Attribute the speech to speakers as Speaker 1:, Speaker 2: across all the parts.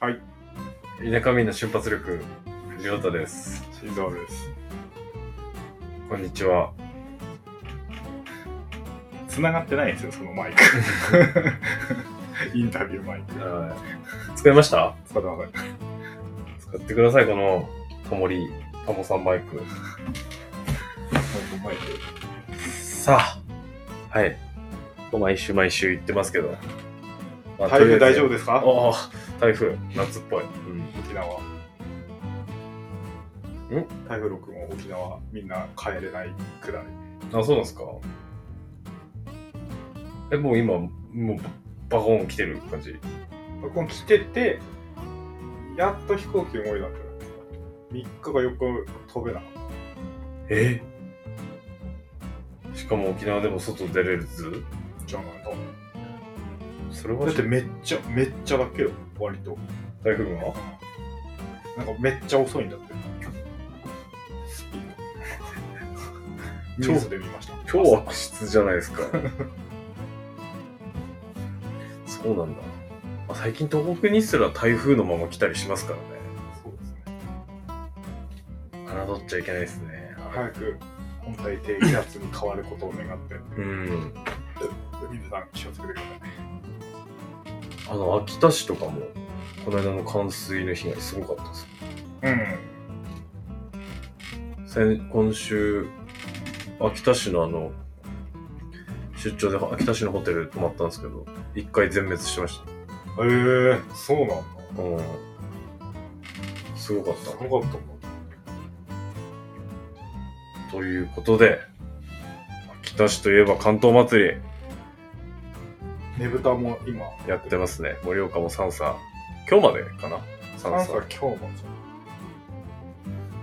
Speaker 1: はい、
Speaker 2: 田舎民の瞬発力、りょうたです。
Speaker 1: 新藤です。
Speaker 2: こんにちは。
Speaker 1: 繋がってないんですよ、そのマイク。インタビューマイク。
Speaker 2: はい使いました
Speaker 1: 使ってません。
Speaker 2: 使ってください、この、タモリ、タモさんマイク。
Speaker 1: マイク。
Speaker 2: さあ、はい。もう毎週毎週言ってますけど。まあ
Speaker 1: 台風大丈夫ですか
Speaker 2: ああ、台風、夏っぽい。うん。
Speaker 1: 沖縄。
Speaker 2: ん
Speaker 1: 台風6号、沖縄、みんな帰れないくらい。
Speaker 2: あ、そうなんですかえ、もう今、もう、バコーン来てる感じ。
Speaker 1: ここ来てて、やっと飛行機動いたんじゃない3日か4日飛べなかっ
Speaker 2: えしかも沖縄でも外出れるず
Speaker 1: た。じゃないと。
Speaker 2: それは
Speaker 1: だってめっちゃ、めっちゃだけよ、割と。
Speaker 2: 台風が
Speaker 1: なんかめっちゃ遅いんだ って。スピード。
Speaker 2: 超
Speaker 1: ニュースで見ました。
Speaker 2: 超悪質じゃないですか。そうなんだ。まあ最近東北にすら台風のまま来たりしますからね。
Speaker 1: そうですね。
Speaker 2: 侮っちゃいけないですね。
Speaker 1: 早く本体低気圧に変わることを願って、
Speaker 2: うん。
Speaker 1: 皆さん気をつけてくださ
Speaker 2: あの、秋田市とかも、この間の冠水の被害すごかったです
Speaker 1: い。うん。
Speaker 2: 先今週秋田市のあの出張で秋田市のホテル泊まったんですけど一回全滅してまし
Speaker 1: ええー、そうなんだ。
Speaker 2: たうんすごかった
Speaker 1: すごかったもん。
Speaker 2: ということで秋田市といえば関東祭り
Speaker 1: ねぶたも今
Speaker 2: やってますね盛岡も三叉今日までかな三
Speaker 1: なんか
Speaker 2: 叉
Speaker 1: 今日もそ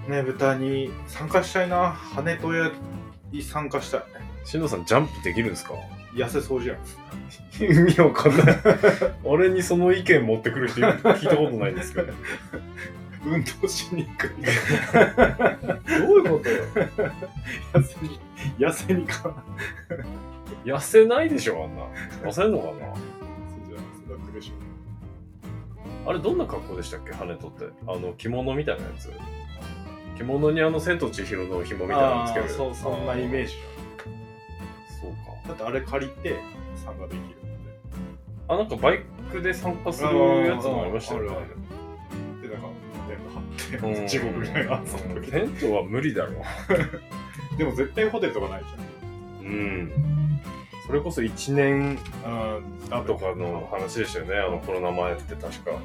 Speaker 1: うねぶたに参加したいな羽とやに参加したい
Speaker 2: しんどさんジャンプできるんですか
Speaker 1: 痩せそうじゃ ん
Speaker 2: 意味わかんない 俺にその意見持ってくる人聞いたことないんですけ ど
Speaker 1: 運動しにくい
Speaker 2: どういうことよ
Speaker 1: 痩せに痩せにかな
Speaker 2: 痩せないでしょあんな痩せんのかな
Speaker 1: そうじゃんそれは苦しい
Speaker 2: あれどんな格好でしたっけ羽とってあの着物みたいなやつ着物にあの千と千尋の紐みたいなのつける
Speaker 1: そうそんなイメー
Speaker 2: ジ
Speaker 1: ジ
Speaker 2: そう
Speaker 1: だってあれ借りて参加できるんで
Speaker 2: かあなんかバイクで参加するやつもありましたよね
Speaker 1: あーあるでなんか全部
Speaker 2: う
Speaker 1: 貼っ
Speaker 2: ん
Speaker 1: て地獄みたいなその時
Speaker 2: テントは無理だろ
Speaker 1: でも絶対ホテルとかないじ
Speaker 2: うんそれこそ1年
Speaker 1: ゃんうんだ
Speaker 2: とかの話でしたよねあのコロナ前って確か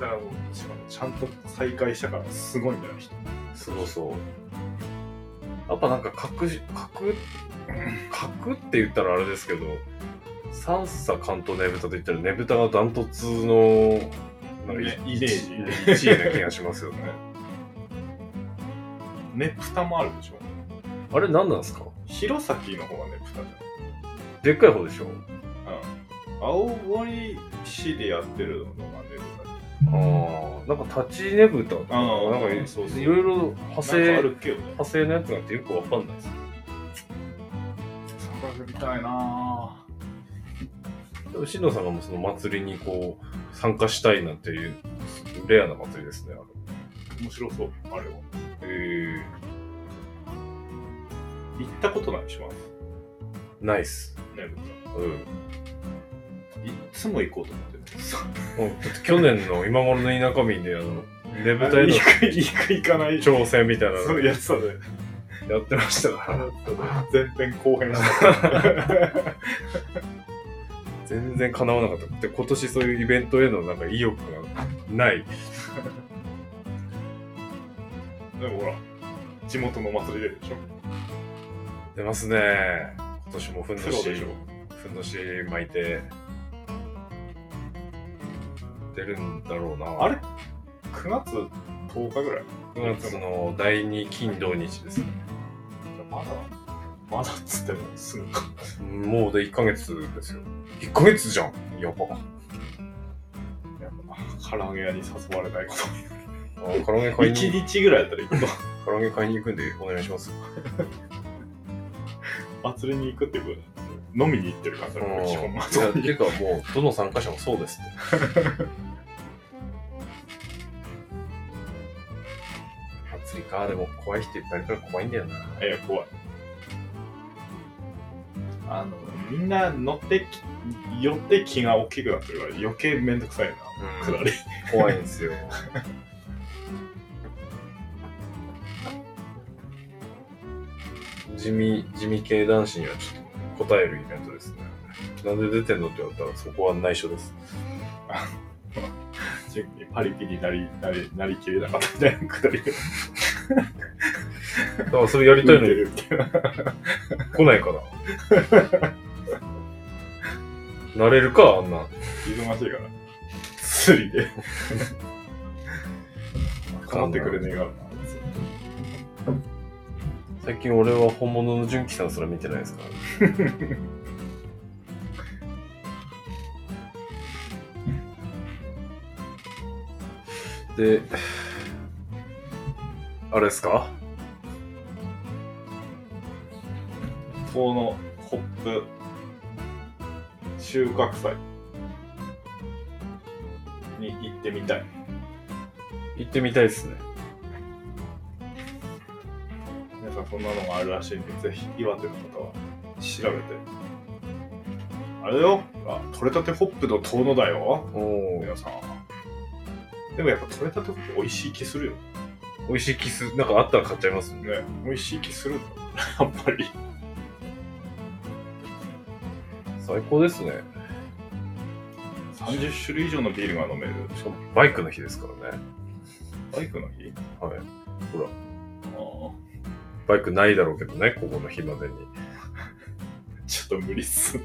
Speaker 1: だからもうしかもちゃんと再開したからすごいんだよ人
Speaker 2: すごそうやっぱなんか格し格格って言ったらあれですけど三叉関東ねぶたと言ったらねぶたがダントツのなんか
Speaker 1: ね
Speaker 2: い
Speaker 1: イメージ
Speaker 2: 1位な気がします よね
Speaker 1: ねぷたもあるでしょ
Speaker 2: あれ何なんですか
Speaker 1: 弘前の方はねぷたじ
Speaker 2: でっかい方でしょ
Speaker 1: ゃん、うん、青森市でやってるのがねぷた
Speaker 2: ああなんか立ちねぶたとか
Speaker 1: あ
Speaker 2: な
Speaker 1: ー
Speaker 2: んかい
Speaker 1: そうそう
Speaker 2: ろいろ派
Speaker 1: なんかあ
Speaker 2: 生
Speaker 1: るけどね
Speaker 2: 派生のやつなんてよくわかんないです
Speaker 1: 探してみたいな
Speaker 2: でも進藤さんがもうその祭りにこう参加したいなんていうレアな祭りですねあれ
Speaker 1: ぁ面白そうあれは
Speaker 2: え
Speaker 1: 行ったことないします
Speaker 2: ー、ナイス
Speaker 1: ねぶ
Speaker 2: うん
Speaker 1: たいっつも行こうと思ってる
Speaker 2: うんだって去年の今頃の田舎民であのねぶたへの
Speaker 1: 行く行く行かない
Speaker 2: 挑戦みたいな
Speaker 1: そう
Speaker 2: の
Speaker 1: やってたね
Speaker 2: やってましたから
Speaker 1: 前編後編してた
Speaker 2: 全然叶わなかったで今年そういうイベントへのなんか意欲がない
Speaker 1: でもほら地元の祭りででしょ
Speaker 2: 出ますね今年もふんど
Speaker 1: プロ
Speaker 2: し
Speaker 1: でしょ
Speaker 2: ふんどし巻いて出るんだろうな
Speaker 1: あれ9月10日ぐらい
Speaker 2: 9月の第2金土日です
Speaker 1: まだまだっつってもすぐか
Speaker 2: もうで1ヶ月ですよ1ヶ月じゃんやば
Speaker 1: やっぱ唐揚げ屋に誘われないこ
Speaker 2: あー唐揚げ
Speaker 1: と。
Speaker 2: 買い
Speaker 1: 一
Speaker 2: に、
Speaker 1: 日ぐらいやったら行くと。
Speaker 2: 唐揚げ買いに行くんでお願いします。
Speaker 1: 祭りに行くってことなんですよ飲みに行ってる感じだから、基本
Speaker 2: いやて
Speaker 1: 祭り
Speaker 2: いうかもうどの参加者もそうですって 祭りかでも怖い人いっぱいいるから怖いんだよな
Speaker 1: に。いや、怖い。あの、みんな乗ってき、寄って気が大きくなってるから、余計めんどくさいな。
Speaker 2: うん
Speaker 1: 下り。
Speaker 2: 怖いん ですよ地味地味系男子にはちょっと答えるイベントですねなんで出てんのって言われたらそこは内緒です
Speaker 1: パリピになり、なり、なりきれなかったみたいな下りが。
Speaker 2: だからそれやりたいのに
Speaker 1: るっていう。
Speaker 2: 来ないから なれるかあんな
Speaker 1: 忙しいから。釣りで。かまってくれねえからな。
Speaker 2: 最近俺は本物の純喜さんすら見てないですから、で、あれですか
Speaker 1: このホップ収穫祭に行ってみたい
Speaker 2: 行ってみたいですね。
Speaker 1: 皆さんそんなのがあるらしいんでぜひ岩手の方は調べてあれよあ取れたてホップの遠野だよ
Speaker 2: おお
Speaker 1: 皆さんでもやっぱ取れたてホップ美味しい気するよ
Speaker 2: 美味しいキス、なんかあったら買っちゃいますね。
Speaker 1: ね美味しい気するんだ やっぱり
Speaker 2: 最高ですね。
Speaker 1: 30種類以上のビールが飲める
Speaker 2: しかもバイクの日ですからね。
Speaker 1: バイクの日
Speaker 2: はい。ほ
Speaker 1: あ
Speaker 2: ら、バイクないだろうけどね、ここの日までに。
Speaker 1: あちょっと無理っすね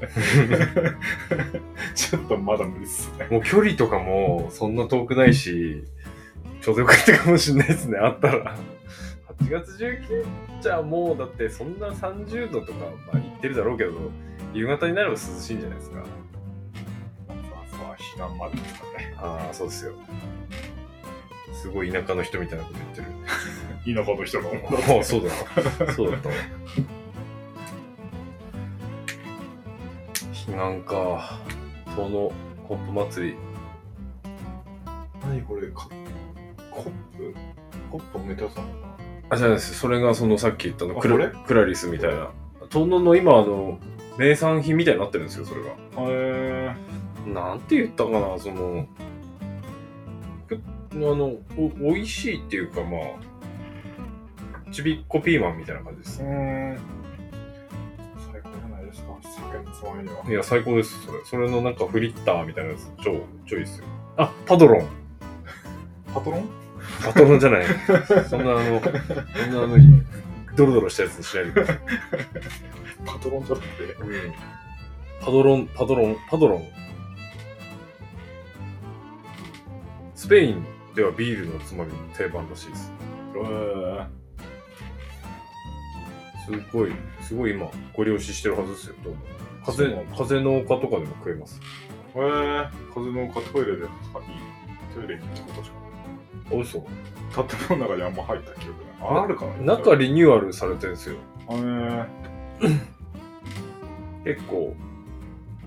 Speaker 1: ちょっとまだ無理っすね
Speaker 2: もう距離とかもそんな遠くないし、ちょうどよかったかもしれないですね、あったら。8月19じゃもうだってそんな30度とか、まあ、行ってるだろうけど、夕方になれば涼しいんじゃないですか。
Speaker 1: 朝は避難までですかね。
Speaker 2: ああ、そうですよ。すごい田舎の人みたいなこと言ってる。
Speaker 1: 田舎の人が思う。
Speaker 2: ああ、 そうだな。そうだったわ。 避難か。そのコップ祭り。
Speaker 1: 何これ、かコップコップ埋めたやつなのか
Speaker 2: あ、じゃないです。それがそのさっき言ったの
Speaker 1: あ
Speaker 2: ク
Speaker 1: これ
Speaker 2: ラクラリスみたいな。東野の今、あの、名産品みたいになってるんですよ、それが。
Speaker 1: なへ
Speaker 2: なんて言ったかな、その、くあの、お美味しいっていうか、まあ、ちびっこピーマンみたいな感じです
Speaker 1: え。う。ーん。最高じゃないですか、酒のつまみには。
Speaker 2: いや、最高です、それ。それのなんかフリッターみたいなやつ、超、超いいっすよ。あ、パドロン。
Speaker 1: パトロン
Speaker 2: パドロンじゃない。 そんなあの、そんな あの、ドロドロしたやつにしないでください。
Speaker 1: パトロンじゃなくて、
Speaker 2: パドロン、パドロン、パドロン。スペインではビールのつまみの定番らしいです。
Speaker 1: ー、
Speaker 2: すごい、すごい今、ご利用ししてるはずですよ、どうも。風
Speaker 1: そうなんだ
Speaker 2: 風の丘とかでも食えます。
Speaker 1: えー、風の丘トイレで、あいいトイレ行ったことしか
Speaker 2: おいしそ
Speaker 1: ない。建物の中にあんま入った記憶ない。ああるかな
Speaker 2: う。中リニューアルされてるんですよ。
Speaker 1: えー、
Speaker 2: 結構、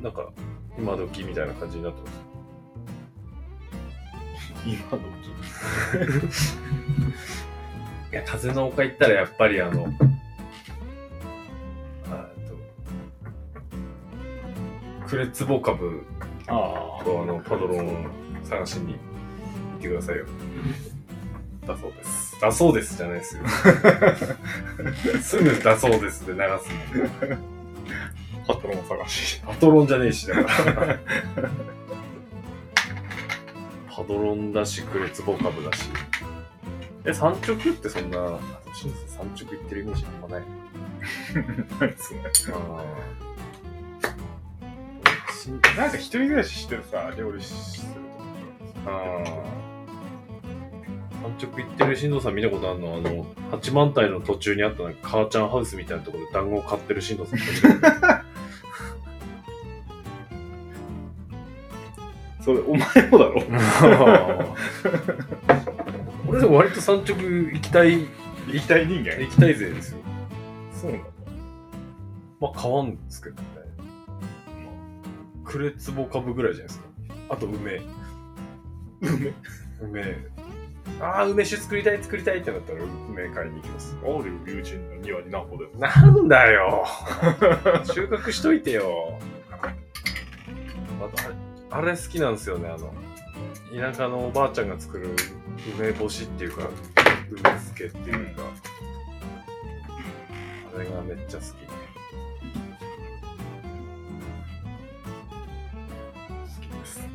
Speaker 2: なんか、今時みたいな感じになってます。
Speaker 1: 今の
Speaker 2: いや、風の丘行ったらやっぱりあの、あえっと、クレツボ株
Speaker 1: 時。あ
Speaker 2: とあのパドロンを探しに行ってくださいよ。だそうです。だそうですじゃない ですよ。すぐだそうですで流すの。
Speaker 1: パトロン探し。
Speaker 2: パトロンじゃねえし、だから。 パドロンだし、クレツボ株だし。え、三直ってそんな、私三直行ってるイメージあんまない。
Speaker 1: ないっすね。
Speaker 2: し
Speaker 1: なんか一人暮らししてるさ、料理すると
Speaker 2: あー安直行ってる進藤さん見たことあるのあの八幡平の途中にあったなんか母ちゃんハウスみたいなところで団子を買ってる進藤さん
Speaker 1: そそれお前もだろ
Speaker 2: 俺でも割と産直行きたい
Speaker 1: 行きたい人間
Speaker 2: 行きたい勢ですよ
Speaker 1: そうなんだ
Speaker 2: まあ買わんですけどねクレツボ株ぐらいじゃないですかあと梅
Speaker 1: 梅
Speaker 2: 梅ああ梅酒作りたい作りたいってなったら梅買いに行きます
Speaker 1: あるよ友人の庭に何個でも
Speaker 2: なんだよ収穫しといてよまたあれ好きなんですよねあの田舎のおばあちゃんが作る梅干しっていうか梅漬けっていうか、あれがめっちゃ
Speaker 1: 好
Speaker 2: 好き
Speaker 1: きですね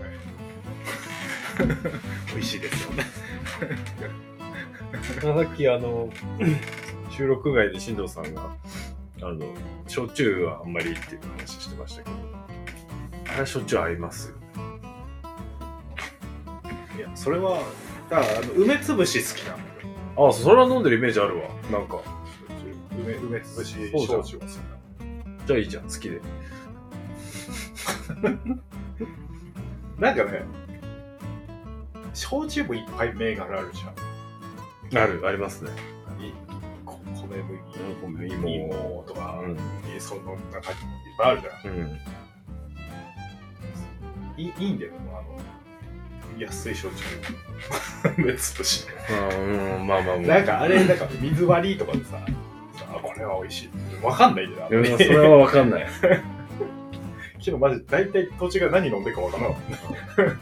Speaker 1: 美味しいですよね
Speaker 2: さっきあの 収録外で進藤さんがあの焼酎はあんまりっていう話してましたけどあれ焼酎合いますよ
Speaker 1: いやそれはだからあの梅つぶし好きなんだよ
Speaker 2: ああそれは飲んでるイメージあるわなんか
Speaker 1: 梅梅つぶし
Speaker 2: そうじゃん
Speaker 1: 焼酎はそんな
Speaker 2: じゃあいいじゃん好きで
Speaker 1: なんかね焼酎もいっぱい銘柄あるじゃん
Speaker 2: あるありますね
Speaker 1: いこ米
Speaker 2: 米
Speaker 1: 麦
Speaker 2: 芋
Speaker 1: 芋とか、
Speaker 2: うん
Speaker 1: その中にいっぱいあるじゃん
Speaker 2: うん
Speaker 1: いいいいんだよ、あの、安い焼酎。梅つぶし。
Speaker 2: あうんまあまあまあ
Speaker 1: なんかあれ、なんか水割りとかでさ、さあ、これは美味しい。わかんないんだよ
Speaker 2: い
Speaker 1: な。
Speaker 2: やそれはわかんない
Speaker 1: 昨日マジ、大体土地が何飲んでるかわからなか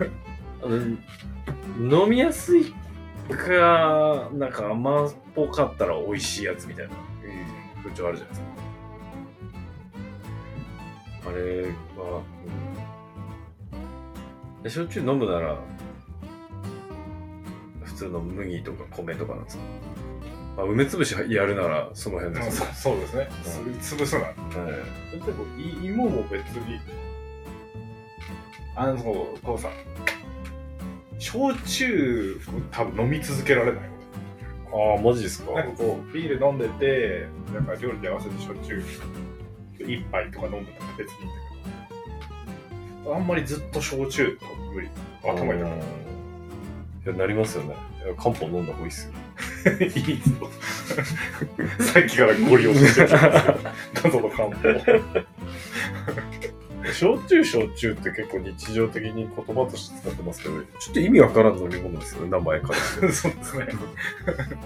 Speaker 1: っ
Speaker 2: うん飲みやすいかなんか甘っぽかったら美味しいやつみたいな風潮あるじゃないですかあれは、うん、え焼酎飲むなら普通の麦とか米とかなんですか、まあ、梅つぶしやるならその辺
Speaker 1: た。
Speaker 2: です
Speaker 1: そうそうですね。つぶすな。
Speaker 2: はい
Speaker 1: でも、い芋も別に、あの、こうさ、焼酎、多分飲み続けられない。
Speaker 2: ああマジですか
Speaker 1: なんかこう、ビール飲んでて、なんか料理に合わせて焼酎一杯とか飲んでたら別にいいんだけど、あんまりずっと焼酎とか無理。頭痛
Speaker 2: いやなりますよねいや漢方飲んだ方がいいっすよ
Speaker 1: い。いいぞ。さっきからご利用してたんです よ。謎の漢方。
Speaker 2: 焼酎焼酎って結構日常的に言葉として使ってますけどちょっと意味わからん飲み物ですよね名前からして
Speaker 1: そうですね。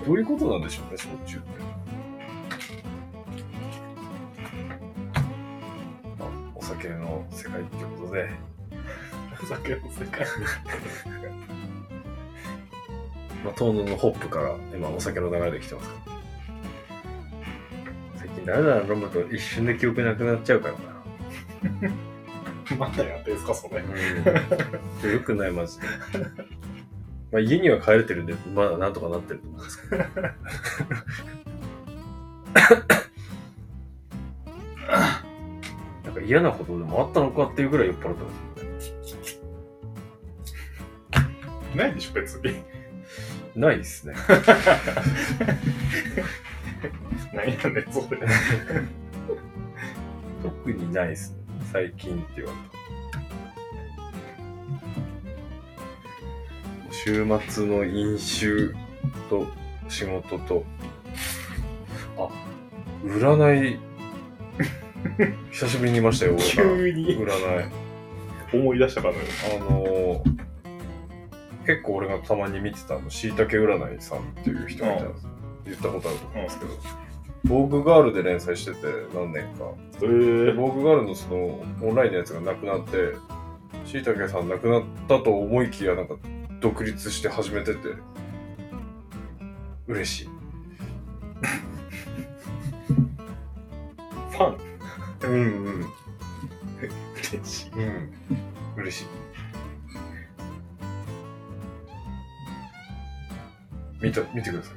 Speaker 2: どういうことなんでしょうね焼酎ってまあお酒の世界ってことで
Speaker 1: お酒の世界。
Speaker 2: まあ、東野のホップから今お酒の流れで来てますから最近だらだら飲むと一瞬で記憶なくなっちゃうからな
Speaker 1: まだやってんすか、それ。
Speaker 2: うん、よくないマジで、まあ、家には帰れてるんでまだなんとかなってると思うんですけどなんか嫌なことでもあったのかっていうぐらい酔っ払ってます
Speaker 1: ないでしょ、別に。
Speaker 2: ないですね
Speaker 1: ないやねん、それ。
Speaker 2: 特にないですね最近って言われたもう週末の飲酒と仕事とあ占い久しぶりに見ましたよ占い
Speaker 1: 急に
Speaker 2: 占い
Speaker 1: 思い出したかのよう
Speaker 2: あのー結構俺がたまに見てたあのしいたけ占いさんっていう人がいたんです、言ったことあると思うんですけど、防具ガールで連載してて何年か
Speaker 1: に。
Speaker 2: で
Speaker 1: えー、
Speaker 2: ボーグガールのそのオンラインのやつがなくなって、しいたけさん亡くなったと思いきや、なんか独立して始めてて、嬉しい。
Speaker 1: ファン。
Speaker 2: うんうん。
Speaker 1: 嬉しい。
Speaker 2: うん。嬉しい。見た、見てください。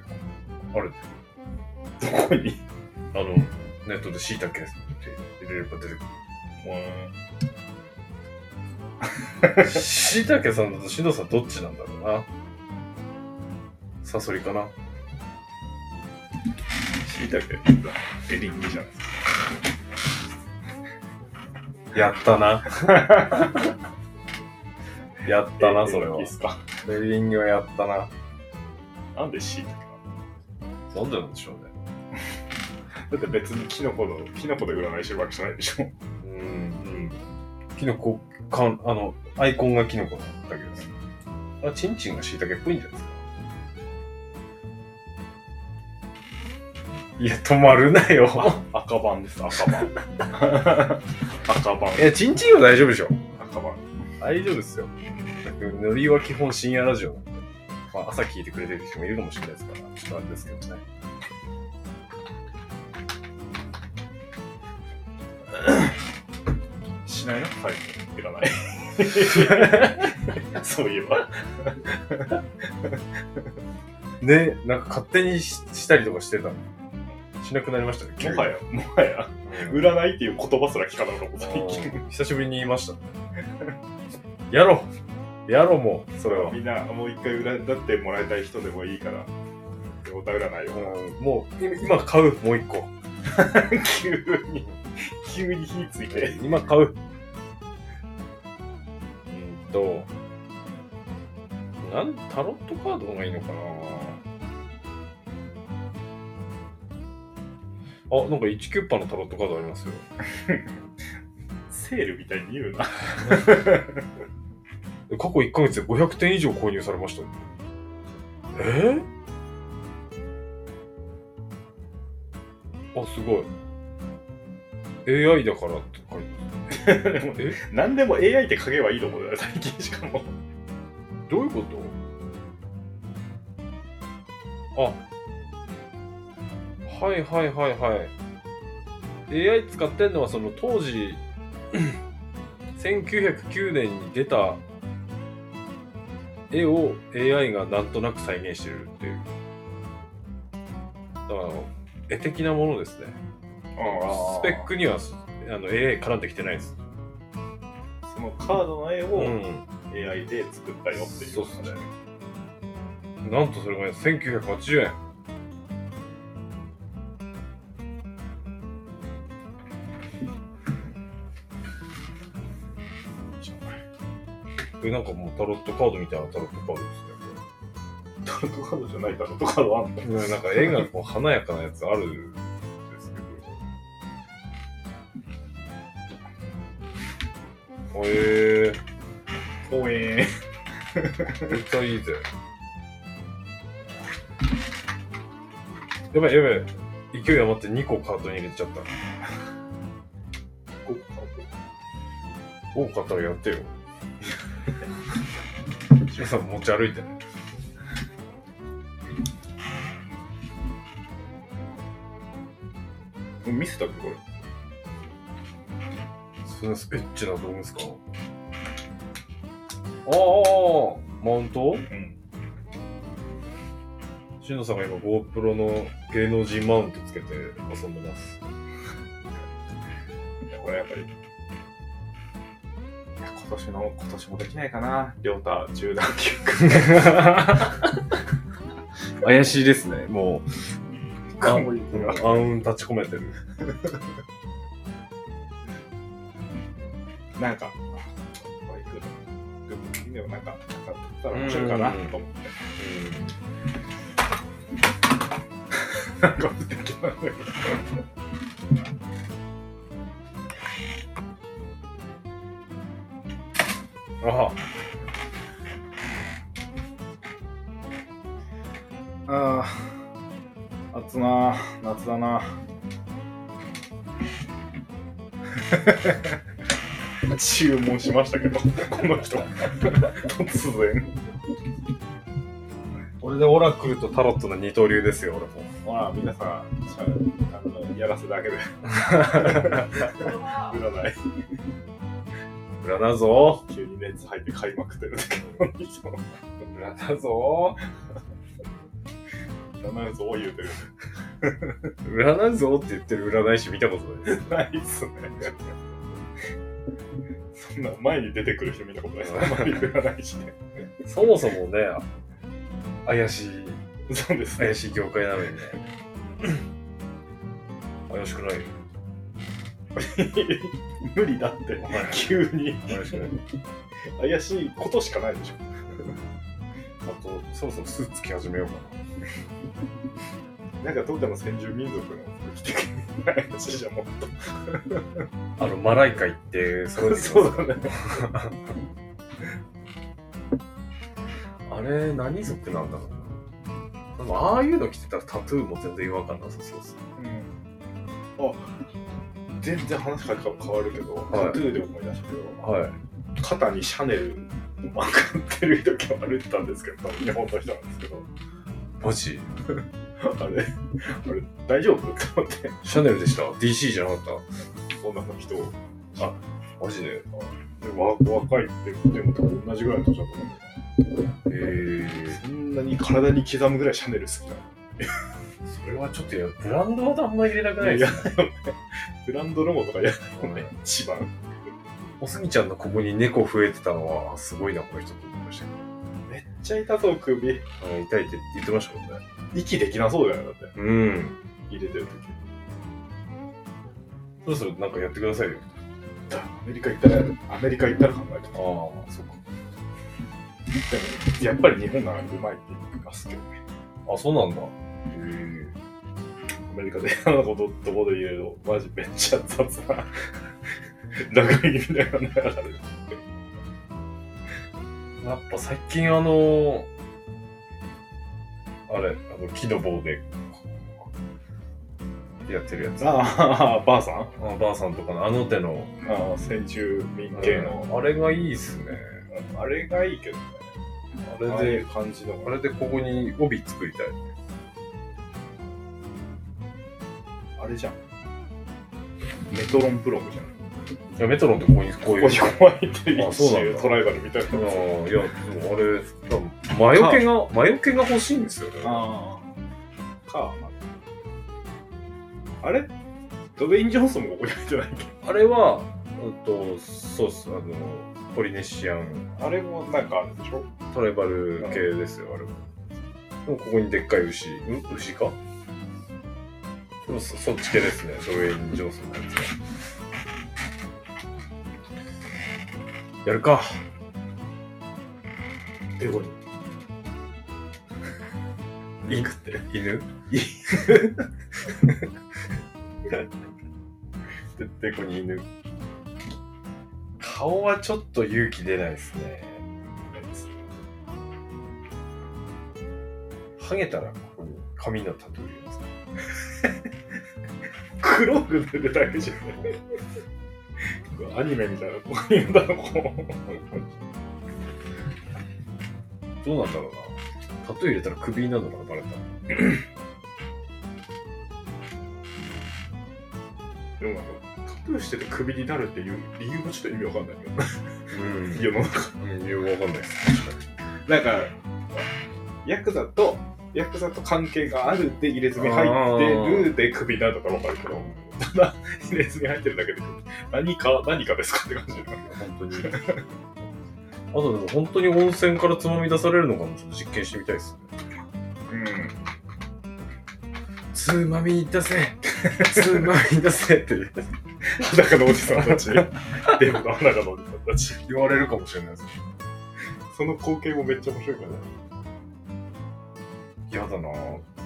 Speaker 2: あれ、
Speaker 1: どこに
Speaker 2: あの、ネットでしいたけって入れれば出てくる。しいたけさんだとしのさんどっちなんだろうな。サソリかな。
Speaker 1: しいたけエリンギじゃない
Speaker 2: やったな。やったな、それ
Speaker 1: い
Speaker 2: はい
Speaker 1: っ。すか。
Speaker 2: ベリングはやったな。
Speaker 1: なんで椎茸なの
Speaker 2: なんでなんでしょうね。
Speaker 1: だって別にキノコの、キノコで占いしてるわけじゃないでしょ。
Speaker 2: うん。キノコ、かん、あの、アイコンがキノコだったけどね。あれ、チンチンが椎茸っぽいんじゃないですか。いや、止まるなよ。
Speaker 1: 赤番です、赤番。 赤番。
Speaker 2: いや、チンチンは大丈夫でしょ。
Speaker 1: 赤番。
Speaker 2: 大丈夫ですよ。だってノリは基本深夜ラジオなんで、まあ、朝聞いてくれてる人もいるかもしれないですから、ちょっとあれですけどね。
Speaker 1: しないな、最近。いら ない。そういえば。
Speaker 2: ね、なんか勝手にししたりとかしてたの。しなくなりましたね、急に
Speaker 1: もはや、もはや、
Speaker 2: うん
Speaker 1: 占いっていう言葉すら聞かなかった、最近。
Speaker 2: 久しぶりに言いましたね。やろうやろうもう、それは。
Speaker 1: みんな、もう一回占ってもらいたい人でもいいから、お互い占いを。
Speaker 2: うんもう、今今買う、もう一個。
Speaker 1: 急に、急に火ついて。
Speaker 2: 今買う。うんと、なん、タロットカードがいいのかなあ、なんか1キュッパのタロットカードありますよ。
Speaker 1: セールみたいに言うな。
Speaker 2: 過去1ヶ月で500点以上購入されました。えー、あ、すごい。AI だからって書いてあるえ
Speaker 1: 何でも AI って書けばいいと思うよ、最近しかも。
Speaker 2: どういうことあはいはいはいはい AI 使ってんのはその当時 1909年に出た絵を AI がなんとなく再現してるっていうだから絵的なものですねスペックにはあの AI 絡んできてないです
Speaker 1: そのカードの絵
Speaker 2: う
Speaker 1: を AI で作ったよっていう。
Speaker 2: そうっすねなんとそれが1980円え、なんかもうタロットカードみたいなタロットカードで
Speaker 1: タロットカードじゃないタロットカードあんの
Speaker 2: すね。なんか絵がこう華やかなやつあるんですけど。へえ
Speaker 1: 公園。
Speaker 2: ー、めっちゃいいぜ。やばいやばい。勢い余って2個カートに入れちゃった。多かったらや ってよ。皆さん持ち歩いてね。
Speaker 1: 見せたっけこれ。
Speaker 2: そんなスペッチな道具ですかああ、マウント
Speaker 1: うん。
Speaker 2: しのさんが今 GoPro の芸能人マウントつけて遊んでます。
Speaker 1: いやこれやっぱり。いや今年の、今年もできないかな。りょうた、中段級。
Speaker 2: 怪しいですね、もう。
Speaker 1: かもいいけど
Speaker 2: 暗雲立ち込めてる。
Speaker 1: なんか、バイクだ。でも、いいねなんか、なんか、たら面白いかな
Speaker 2: うん
Speaker 1: と思って。なんか、不敵なんだけど。
Speaker 2: あは
Speaker 1: ああ、暑なあ、夏だなあ。注文しましたけど、この人、突然。
Speaker 2: これでオラクルとタロットの二刀流ですよ、俺も。
Speaker 1: まあ、皆さん、じゃああのやらせだけで、 占い、
Speaker 2: 占うぞ
Speaker 1: 急に熱入って買いまくってるんだけど、人
Speaker 2: 占うぞ
Speaker 1: 占うぞ、言うてる。
Speaker 2: 占うぞって言ってる占い師見たことないです。
Speaker 1: ないっすね。そんな、前に出てくる人見たことないです。あんまり占いしね。
Speaker 2: そもそもね、怪しい、
Speaker 1: そうですね
Speaker 2: 怪。しい業界なのにね。 怪しくないよ。
Speaker 1: 無理だって
Speaker 2: お前
Speaker 1: 急に
Speaker 2: 怪しくない。
Speaker 1: 怪しいことしかないでしょ。
Speaker 2: あと、そろそろスーツ着始めようか
Speaker 1: なんかどうでも先住民族の服着てくれないじゃん、もっと。
Speaker 2: な。あの、マライカ行って、そ
Speaker 1: そうだね。
Speaker 2: あれ、何族なんだろうな。でも、ああいうの着てたらタトゥーも全然違和感なさそうですね。
Speaker 1: うん、あ全然話が変わるけど、
Speaker 2: い
Speaker 1: タトゥーで思い出したけど、
Speaker 2: はい。
Speaker 1: 肩にシャネルのマークってる時を歩いてたんですけど、多分日本の人なんですけど、
Speaker 2: マジ
Speaker 1: あれ、あれ、大丈夫と思って、
Speaker 2: シャネルでした ?DC じゃなかっ
Speaker 1: 女の人を。
Speaker 2: たマジでへ
Speaker 1: でわ若いって、でも多分同じぐらいの年だと思うんだよ
Speaker 2: えー。
Speaker 1: そんなに体に刻むぐらいシャネル好きなの。
Speaker 2: それはちょっとや、ブランドはあんまり入れなくない
Speaker 1: い
Speaker 2: で
Speaker 1: や
Speaker 2: すか、
Speaker 1: ブランドロゴとかやらないもんね、一番。
Speaker 2: おすぎちゃんのここに猫増えてたのは、あすごいな、この人と思いましたけ
Speaker 1: めっちゃ痛そう、首。
Speaker 2: どあの痛いって言ってましたもんね。
Speaker 1: 息できなそうだよね、だって。
Speaker 2: うん。
Speaker 1: 入れてる時。
Speaker 2: そろそろなんかやってくださいよ。
Speaker 1: だアメリカ行ったら、アメリカ行ったら考えて
Speaker 2: あ
Speaker 1: も
Speaker 2: あ、そっか。
Speaker 1: でもやっぱり日本ならうまいって言いますけどね。
Speaker 2: あ、そうなんだ。
Speaker 1: アメリカで嫌なことどこで言えると、マジめっちゃ雑な、 落書きみたいなのがある。
Speaker 2: やっぱ最近あのあれ、あの木の棒で、やってるやつ。あ
Speaker 1: ああ、ばあさんあ
Speaker 2: ばあさんとかのあの手の、
Speaker 1: あ、先住民系の。
Speaker 2: あれがいいっすね。
Speaker 1: あれがいいけどね。
Speaker 2: あ
Speaker 1: あ
Speaker 2: れ
Speaker 1: れ
Speaker 2: で
Speaker 1: で、感じの
Speaker 2: あれでここに帯作りたい。
Speaker 1: あれじゃん。メトロンプロムじゃん。
Speaker 2: いや、メトロンってここに、こう
Speaker 1: ここ
Speaker 2: いう。
Speaker 1: に怖いって
Speaker 2: あそうなんだ
Speaker 1: トライバルみたいな
Speaker 2: あーいや、でもあれ、多分魔除けが、魔除けが欲しいんですよね。
Speaker 1: ああ。か、まあ、あれドベイン・ジョンソンもここに入ってないっ
Speaker 2: あれは、うんと、そうっす、あの、ポリネシアン、
Speaker 1: けあれもなんかあるでしょ
Speaker 2: トライバル系ですよ、あれも。でもここにでっかい牛、ん牛かでもそそっち系ですね、ドウェイン・ジョンソンのやつは。やるか。
Speaker 1: デゴに。イ ンクって。
Speaker 2: 犬
Speaker 1: で、デゴに犬。
Speaker 2: 顔はちょっと勇気出ないですね。ハゲたらここに髪のタトゥー入れます。
Speaker 1: 黒く塗るだけじゃない。アニメみたいな、こういうんだろ、こう。
Speaker 2: どうなんだろうな。タトゥー入れたらクビになるのかな、バレたら。
Speaker 1: でもなんか、タトゥーしててクビになるっていう理由もちょっと意味わかんないけど。
Speaker 2: うん
Speaker 1: 世の中。
Speaker 2: うん、よくわかんないです。
Speaker 1: なんか、ヤクザと、ヤクザと関係があるで入れ墨入ってるで首なのかわかるけど、ただ入れ墨入ってるだけで何か、何かですかって感じだね
Speaker 2: 本当に。あとでも本当に温泉からつまみ出されるのかもちょっと実験してみたいですね。つまみ出せつまみ出せって
Speaker 1: うん。裸のおじさんた ち、デブの裸のおじさんたち。
Speaker 2: 言われるかもしれないですね。
Speaker 1: その光景もめっちゃ面白いからね。
Speaker 2: 嫌だなぁ。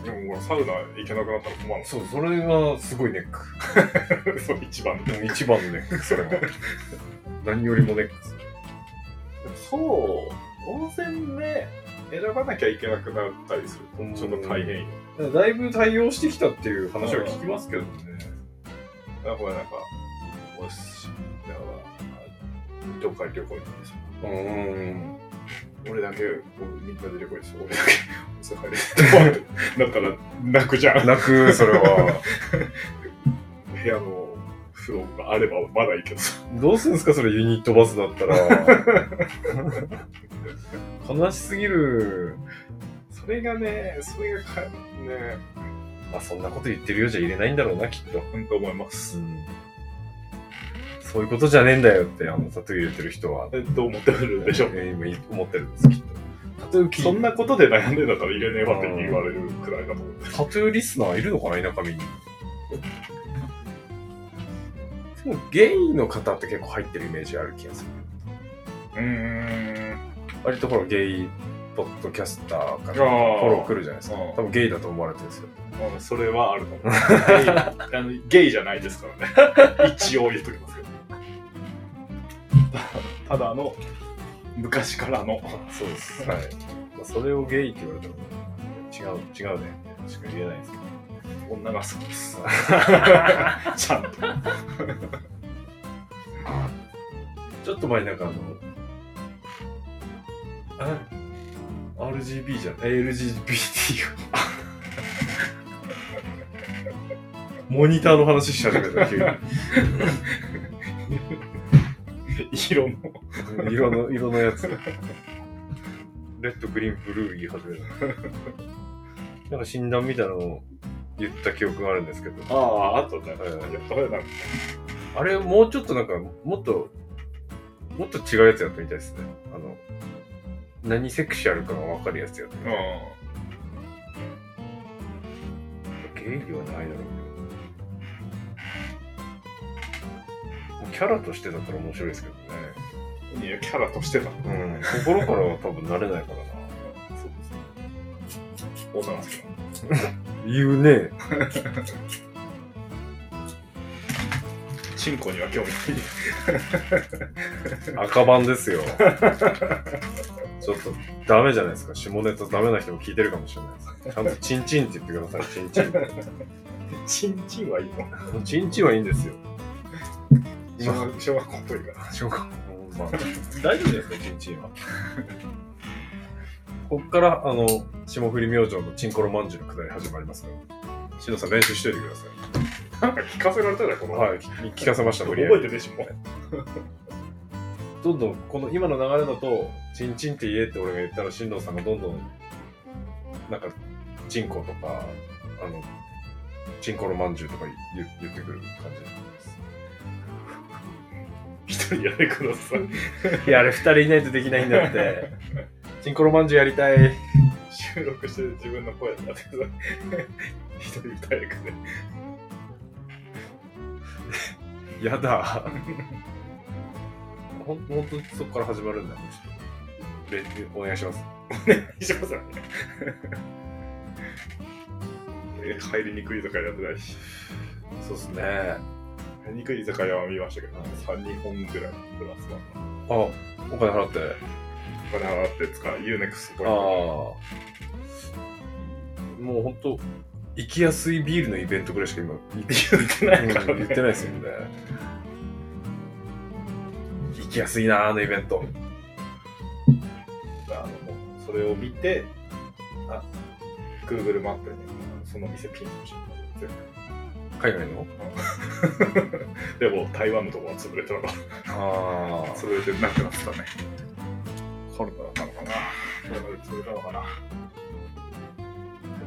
Speaker 1: でもほら、サウナ行けなくなったら困る
Speaker 2: そう、それはすごいネ ック。
Speaker 1: の。 そう、一番。
Speaker 2: でも一番のネック、それは。何より もネックです。
Speaker 1: そう、温泉で選ばなきゃいけなくなったりすると、ちょっと大変よ。
Speaker 2: だからだいぶ対応してきたっていう話は聞きますけどね。
Speaker 1: だからなんか、おし、だから、あのどっかに旅行行ってさ、
Speaker 2: うーん。
Speaker 1: 俺だけ、俺みんなで旅行行ってさ、俺だけ、お酒で、だったら泣くじゃん。
Speaker 2: 泣く、それは。
Speaker 1: 部屋の風呂があればまだいいけどさ。
Speaker 2: どうするんですか、それユニットバスだった ら。悲しすぎる。
Speaker 1: それがね、それがか、ね、
Speaker 2: まあそんなこと言ってるようじゃ入れないんだろうな、きっと。
Speaker 1: なんか思います。
Speaker 2: そういうことじゃねえんだよって、あの、タトゥー入れてる人は。
Speaker 1: えどう思ってるでしょ う。
Speaker 2: えー今思ってるんです、きっと。タトゥーキ
Speaker 1: そんなことで悩んでんだったら入れねえわって言われるくらいだと思う。
Speaker 2: タトゥーリスナーいるのかな、田舎民に。でも、ゲイの方って結構入ってるイメージある気がする。
Speaker 1: うーん。
Speaker 2: 割とほら、ゲイポッドキャスターから
Speaker 1: あ
Speaker 2: フ
Speaker 1: ー
Speaker 2: ォロー来るじゃないですか。
Speaker 1: うん
Speaker 2: 多分ゲイだと思われてるんですよ。
Speaker 1: まあそれはあると思うゲイあの。ゲイじゃないですからね。一応言っときますけど。ただの、昔からの。
Speaker 2: そうです。はい。まあ、それをゲイって言われたら、違う、違うね。しか言えないですけど。
Speaker 1: 女が好き です。ちゃんと。
Speaker 2: ちょっと前になんかあの、あ RGB じゃん。LGBT が。 モニターの話し始めた、急に。
Speaker 1: 色の。
Speaker 2: 色の、色のやつ。レッド、グリーン、ブルー言い始めた。なんか診断みたいなのを言った記憶があるんですけど、
Speaker 1: ああ、あとだ
Speaker 2: から
Speaker 1: やったことない。
Speaker 2: あれもうちょっとなんか、もっと、もっと違うやつやってみたいですね。あの、何セクシュアルかがわかるやつやってみたい。ゲイではないだろうけど。キャラとしてだったら面白いですけどね。
Speaker 1: うん。いや、キャラとしてだ。
Speaker 2: うん。心からは多分慣れないからな。
Speaker 1: そうです。幼なじ
Speaker 2: 言うね。
Speaker 1: み。チンコには興味ない。
Speaker 2: 赤番ですよ。ちょっとダメじゃないですか。下ネタダメな人も聞いてるかもしれないです。ちゃんとチンチンって言ってください。チンチンって。
Speaker 1: チンチンはいいの
Speaker 2: チンチンはいいんですよ。
Speaker 1: 小学小学校の時から。
Speaker 2: しょうか。まあ、大丈夫ですか、チンチンは。こっから、あの、霜降り明星のチンコロまんじゅうのくだり始まりますから。しのさん練習しといてください。
Speaker 1: なんか聞かせられたら、この、
Speaker 2: はい、聞聞かせました、無
Speaker 1: 覚
Speaker 2: 理
Speaker 1: え
Speaker 2: やり
Speaker 1: てねえし、もう。
Speaker 2: どんどん、この今の流れだと、チンチンって言えって俺が言ったら、進藤さんがどんどん、なんか、チンコとか、あの、チンコのまんじゅうとか言言ってくる感じ
Speaker 1: 一人やってください。
Speaker 2: です。いや、あれ二人いないとできないんだって。チンコのまんじゅうやりたい。
Speaker 1: 収録して自分の声や ってください。一人二役で。
Speaker 2: やだ。ほんほんとそこから始まるんだよ、ちょっとれお願いします。
Speaker 1: 西本さん。 え入りにくい居酒屋やってないし。
Speaker 2: そうっすね。
Speaker 1: 入りにくい居酒屋は見ましたけど、三人本ぐらいプラスワン。
Speaker 2: あ、お金払って。
Speaker 1: お金払って使う UNEXT ポイ
Speaker 2: ああ
Speaker 1: ント。
Speaker 2: もうほんと行きやすいビールのイベントぐらいしか今言って
Speaker 1: 言ってないからね
Speaker 2: 言ってないですもんね行きやすいなあのイベント
Speaker 1: あのそれを見て、あ Google マップにその店ピンとして
Speaker 2: 海外の
Speaker 1: でも台湾のとこは潰れたのが
Speaker 2: ああ
Speaker 1: 潰れてなくなってたねコロナだったのかなコロナで潰れたのかな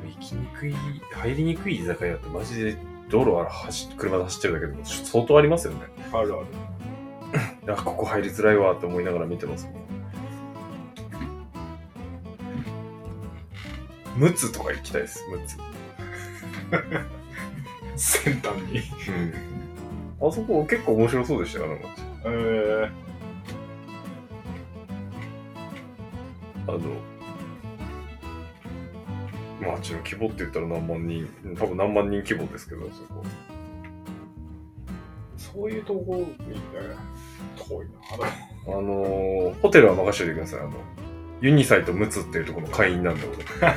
Speaker 2: 行きにくい入りにくい居酒屋ってマジで道路あら走っ車で走ってるだけでも相当ありますよね
Speaker 1: あるある
Speaker 2: あここ入りづらいわって思いながら見てますもんムツとか行きたいですムツ
Speaker 1: 先端に
Speaker 2: うん、あそこ結構面白そうでしたよ、あの街。
Speaker 1: えー、
Speaker 2: あの、街の規模って言ったら何万人、うん多分何万人規模ですけど、あそこ。
Speaker 1: そういうとこいいね遠いな
Speaker 2: あのーホテルは任せておいてください。あの、ユニサイとムツっていうところの会員なんで、俺。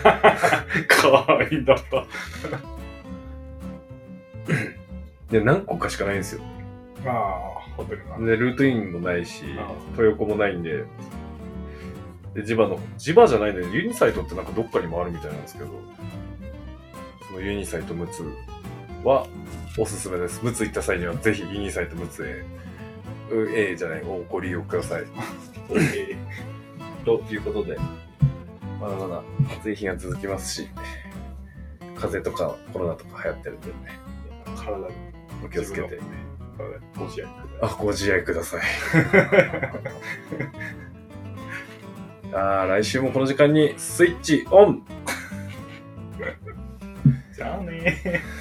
Speaker 1: かわいいんだった
Speaker 2: で、何個かしかないんですよ。
Speaker 1: まあホテルな
Speaker 2: で、ルートインもないし
Speaker 1: あ、
Speaker 2: 豊子もないんで、で、地場の、地場じゃないのに、ユニサイトってなんかどっかにもあるみたいなんですけど、そのユニサイトムツはおすすめです。ムツ行った際にはぜひユニサイトムツへ、うええじゃない、おご利用ください。
Speaker 1: え
Speaker 2: ということで、まだまだ暑い日が続きますし、風邪とかコロナとか流行ってるんでね、
Speaker 1: ー体に
Speaker 2: お気をつけて、
Speaker 1: 体にご自愛ください
Speaker 2: あ、ご自愛ください。あー来週もこの時間にスイッチオン
Speaker 1: じゃあねー